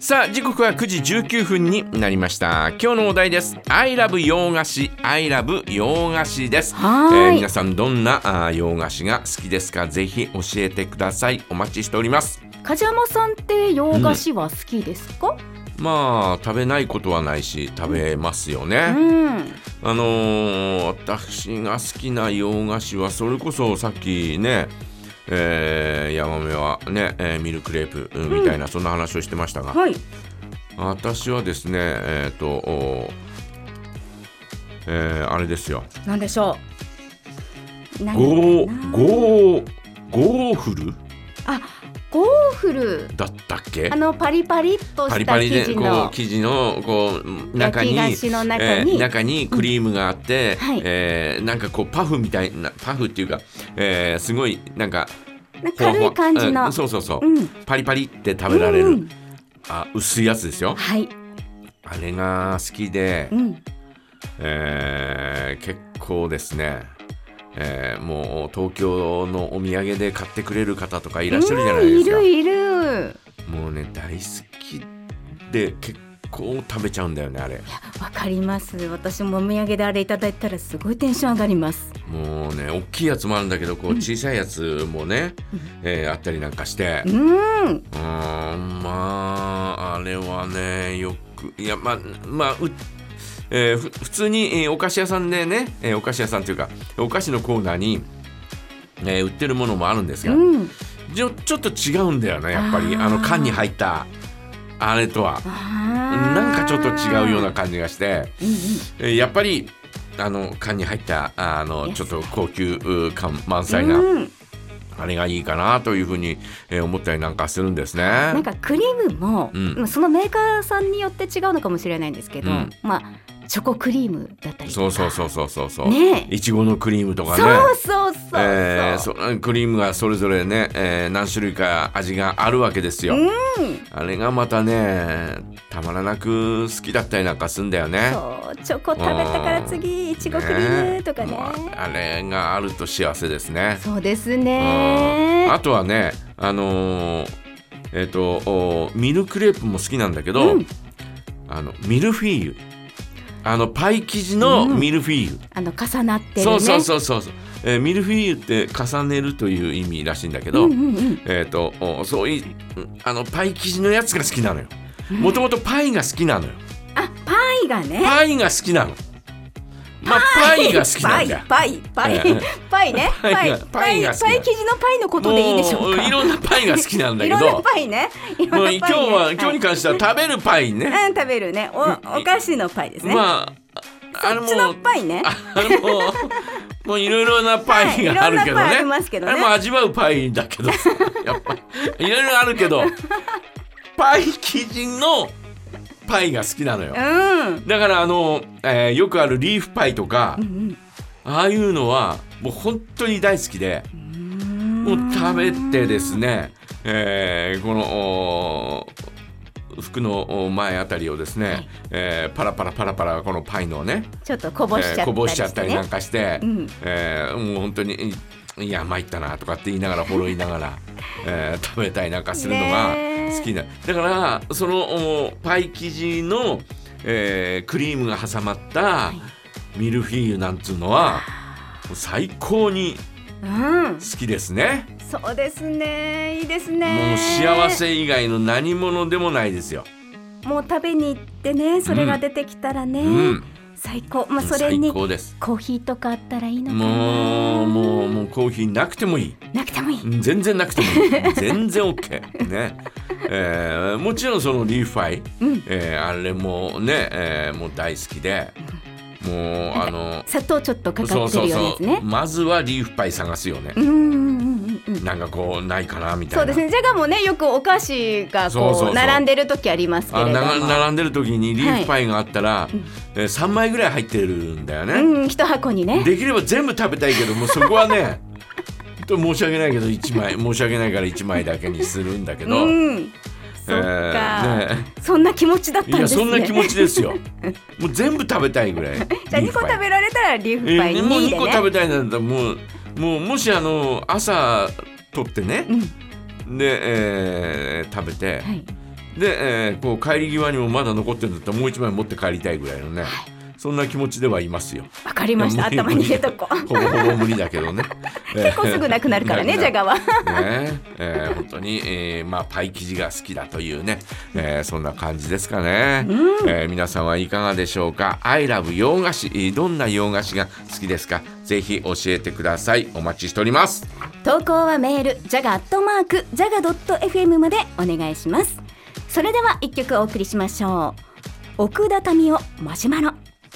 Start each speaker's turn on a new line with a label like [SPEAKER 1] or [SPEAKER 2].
[SPEAKER 1] さあ時刻は9時19分になりました今日のお題です I love 洋菓子 I love 洋菓子です、
[SPEAKER 2] はーい
[SPEAKER 1] 皆さんどんなあー洋菓子が好きですかぜひ教えてくださいお待ちしております
[SPEAKER 2] 梶山さんって洋菓子は好きですか？
[SPEAKER 1] まあ食べないことはないし食べますよね、
[SPEAKER 2] うん。
[SPEAKER 1] あのー私が好きな洋菓子はそれこそさっきね、えー、ヤマメはね、えーミルクレープうんみたいな、そんな話をしてましたが、
[SPEAKER 2] はい。
[SPEAKER 1] 私はですねえっ、とおーえーあれですよ
[SPEAKER 2] なんでしょう。なんだっ
[SPEAKER 1] ゴ
[SPEAKER 2] け
[SPEAKER 1] ー
[SPEAKER 2] な
[SPEAKER 1] ゴーゴーフル
[SPEAKER 2] あ、ゴーフル。
[SPEAKER 1] だったっけ
[SPEAKER 2] あのパリパリっと
[SPEAKER 1] パリ
[SPEAKER 2] し
[SPEAKER 1] パ
[SPEAKER 2] た
[SPEAKER 1] リ
[SPEAKER 2] 生
[SPEAKER 1] で
[SPEAKER 2] 地
[SPEAKER 1] こ
[SPEAKER 2] の
[SPEAKER 1] う生地のこう中に
[SPEAKER 2] 焼き菓子の中に
[SPEAKER 1] えー中にクリームがあって、
[SPEAKER 2] うんはい
[SPEAKER 1] えーなんかこうパフみたいなパフっていうか、えーすごいなんか
[SPEAKER 2] なんか軽い感じ
[SPEAKER 1] う
[SPEAKER 2] の
[SPEAKER 1] ん。そうそうそう、
[SPEAKER 2] うん
[SPEAKER 1] パリパリって食べられる、
[SPEAKER 2] うん
[SPEAKER 1] あ薄いやつですよ
[SPEAKER 2] はい。
[SPEAKER 1] あれが好きで、
[SPEAKER 2] うん。
[SPEAKER 1] えー結構ですね、えーもう東京のお土産で買ってくれる方とかいらっしゃるじゃないですか、
[SPEAKER 2] うんいるいる。
[SPEAKER 1] もうね大好きで結構食べちゃうんだよねあれ
[SPEAKER 2] わかります。私もお土産であれいただいたらすごいテンション上がります。
[SPEAKER 1] もうね大きいやつもあるんだけどこう小さいやつもね、えーあったりなんかして、
[SPEAKER 2] うん。
[SPEAKER 1] うーんまああれはねよくいやまあまあうえーふ普通に、えーお菓子屋さんでね、えーお菓子屋さんというかお菓子のコーナーに、えー売ってるものもあるんですが、
[SPEAKER 2] うん。
[SPEAKER 1] ちょちょっと違うんだよねやっぱり
[SPEAKER 2] あー
[SPEAKER 1] あの缶に入ったあれとはな
[SPEAKER 2] なん
[SPEAKER 1] かちょっと違うような
[SPEAKER 2] 感
[SPEAKER 1] 感じがして、
[SPEAKER 2] じ。うんうん
[SPEAKER 1] えーやっぱりあの缶に入ったああの
[SPEAKER 2] Yes
[SPEAKER 1] ちょっと高級う感満載な、
[SPEAKER 2] うん
[SPEAKER 1] あれがいいかなというふうに、えー思ったりなんかするんですね。
[SPEAKER 2] なんかクリームも、
[SPEAKER 1] うん
[SPEAKER 2] まあそのメーカーさんによって違うのかもしれないんですけど、
[SPEAKER 1] うん
[SPEAKER 2] まあチョコクリームだったりとか
[SPEAKER 1] そうそうそうそうそうそう。
[SPEAKER 2] ねえ
[SPEAKER 1] いちごのクリームとかね。
[SPEAKER 2] そうそうそうそう、
[SPEAKER 1] えーそクリームがそれぞれね、えー何種類か味があるわけですよ、
[SPEAKER 2] うん
[SPEAKER 1] あれがまたねたまらなく好きだったりなんかすんだよね
[SPEAKER 2] そうチョコ食べたから次いちごクリームとかね
[SPEAKER 1] ねもうあれがあると幸せですね
[SPEAKER 2] そうです
[SPEAKER 1] うん
[SPEAKER 2] ね
[SPEAKER 1] あとはねあのーえっ、とおミルクレープも好きなんだけど、
[SPEAKER 2] うん
[SPEAKER 1] あのミルフィーユあのパイ生地のミルフィーユ、
[SPEAKER 2] あの重なってる
[SPEAKER 1] そ
[SPEAKER 2] ね
[SPEAKER 1] うそうそうそうそう、えーミルフィーユって重ねるという意味らしいんだけど、
[SPEAKER 2] うんうんうん
[SPEAKER 1] えっ、とおそういううんあのパイ生地のやつが好きなのよもともとパイが好きなのよ
[SPEAKER 2] あパイがね
[SPEAKER 1] パイが好きなのまあパイが好きなんだよ
[SPEAKER 2] パイパイパ
[SPEAKER 1] え
[SPEAKER 2] イパイね
[SPEAKER 1] パイがパ
[SPEAKER 2] パ
[SPEAKER 1] イ
[SPEAKER 2] イ
[SPEAKER 1] が好きな
[SPEAKER 2] パイ生地のパイのことでいいでしょう
[SPEAKER 1] も
[SPEAKER 2] か
[SPEAKER 1] ういろんなパイが好きなんだけ
[SPEAKER 2] いろんな
[SPEAKER 1] ど
[SPEAKER 2] パイねいろ
[SPEAKER 1] も
[SPEAKER 2] ん
[SPEAKER 1] う
[SPEAKER 2] なパイね
[SPEAKER 1] 今日は今日に関しては食べるパイね
[SPEAKER 2] うん、食べるね。お、お菓子のパイですね。
[SPEAKER 1] まああれ
[SPEAKER 2] こ
[SPEAKER 1] も
[SPEAKER 2] っちのパイね。
[SPEAKER 1] あれももういろいろなパイがあるけどね。
[SPEAKER 2] はいいろんなパイありますけどね
[SPEAKER 1] あれも味わうパイだけどさ、やっぱりいろいろあるけど、パイ生地のパイが好きなのよ
[SPEAKER 2] う。ん。
[SPEAKER 1] だからあの、えーよくあるリーフパイとか、
[SPEAKER 2] ん
[SPEAKER 1] ああいうのはもう本当に大好きで、もう食べてですね、えーこのお服のお前あたりをですね、えーパラパラパラパラこのパイのね、
[SPEAKER 2] ちょっとこぼしちゃっ
[SPEAKER 1] えー
[SPEAKER 2] たりして、ね
[SPEAKER 1] こぼしちゃったりなんかして、
[SPEAKER 2] うん
[SPEAKER 1] えーもう本当にいいや参ったなとかって言いながらほろいながら、えー食べたりなんかするのが
[SPEAKER 2] ねえ
[SPEAKER 1] 好きな、だからそのおパイ生地の、えークリームが挟まったミルフィーユなんつうのはもう最高に
[SPEAKER 2] うん。
[SPEAKER 1] 好きですね
[SPEAKER 2] そうですね。いいですね。
[SPEAKER 1] もう幸。せ以外の何物でもないですよ、
[SPEAKER 2] もう食べに行ってね、それが出てきたらね。
[SPEAKER 1] うん、
[SPEAKER 2] 最高。まあ、それ
[SPEAKER 1] 最
[SPEAKER 2] に。
[SPEAKER 1] 高です
[SPEAKER 2] コーヒーとかあったらいいのかな。
[SPEAKER 1] もうもうもうコーヒーなくてもいい
[SPEAKER 2] なくてもいい。
[SPEAKER 1] 全然なくてもい い全然 OK ね、えーもちろんそのリーファイ、
[SPEAKER 2] うん
[SPEAKER 1] えーあれもね、えーもう大好きでもうあの
[SPEAKER 2] 砂糖ちょっとかか
[SPEAKER 1] そう
[SPEAKER 2] って
[SPEAKER 1] そう
[SPEAKER 2] るような
[SPEAKER 1] そ
[SPEAKER 2] やつ
[SPEAKER 1] う
[SPEAKER 2] ね。
[SPEAKER 1] まずはリーフパイ探すよね
[SPEAKER 2] う、んうんうんうんうん。
[SPEAKER 1] なんかこうないかなみ
[SPEAKER 2] そ
[SPEAKER 1] た
[SPEAKER 2] う
[SPEAKER 1] いな
[SPEAKER 2] ですね。じゃがもね、よくお菓子が
[SPEAKER 1] そ
[SPEAKER 2] こ
[SPEAKER 1] う
[SPEAKER 2] う
[SPEAKER 1] そうそう
[SPEAKER 2] 並んでる時ありますけ
[SPEAKER 1] あ
[SPEAKER 2] れど
[SPEAKER 1] な
[SPEAKER 2] も。
[SPEAKER 1] 並んでる時にリーフパイがあったら、え3枚ぐらい入ってるんだよね、
[SPEAKER 2] うん、一箱にね。
[SPEAKER 1] できれば全部食べたいけどもうそこはね本当申し訳ないけど1枚申し訳ないから1枚だけにするんだけど、
[SPEAKER 2] うん。そっか。
[SPEAKER 1] えーね
[SPEAKER 2] そんな気持ちだったん
[SPEAKER 1] い
[SPEAKER 2] ですね。
[SPEAKER 1] やそんな気持ちですよ。もう全部食べたいぐらい。
[SPEAKER 2] じゃあ2個食べられたらリー
[SPEAKER 1] え
[SPEAKER 2] フパイ
[SPEAKER 1] もう
[SPEAKER 2] 2
[SPEAKER 1] 2個
[SPEAKER 2] で
[SPEAKER 1] 食べ
[SPEAKER 2] ね。
[SPEAKER 1] たいなんだったらもうもうもしあの朝取ってね、で、えー食べて、
[SPEAKER 2] はい。
[SPEAKER 1] で、えーこう帰り際にもまだ残ってるんだったらもう一枚持って帰りたいぐらいのね、そんな気持ちではいますよ。
[SPEAKER 2] わかりました
[SPEAKER 1] いや
[SPEAKER 2] 頭
[SPEAKER 1] 無理
[SPEAKER 2] に入れとこう
[SPEAKER 1] ほぼほぼ無理だけ どね。
[SPEAKER 2] 結構すぐなくなるからねじゃがは
[SPEAKER 1] ねえー本当に、えーまあ、パイ生地が好きだというね、えーそんな感じですかね、えー皆さんはいかがでしょうか「アイラブ洋菓子」えーどんな洋菓子が好きですかぜひ教えてくださいお待ちしております
[SPEAKER 2] 投稿はメールジャガアットマークジャガドット FM までお願いしますそれでは一曲お送りしましょう奥田民生マシュマロ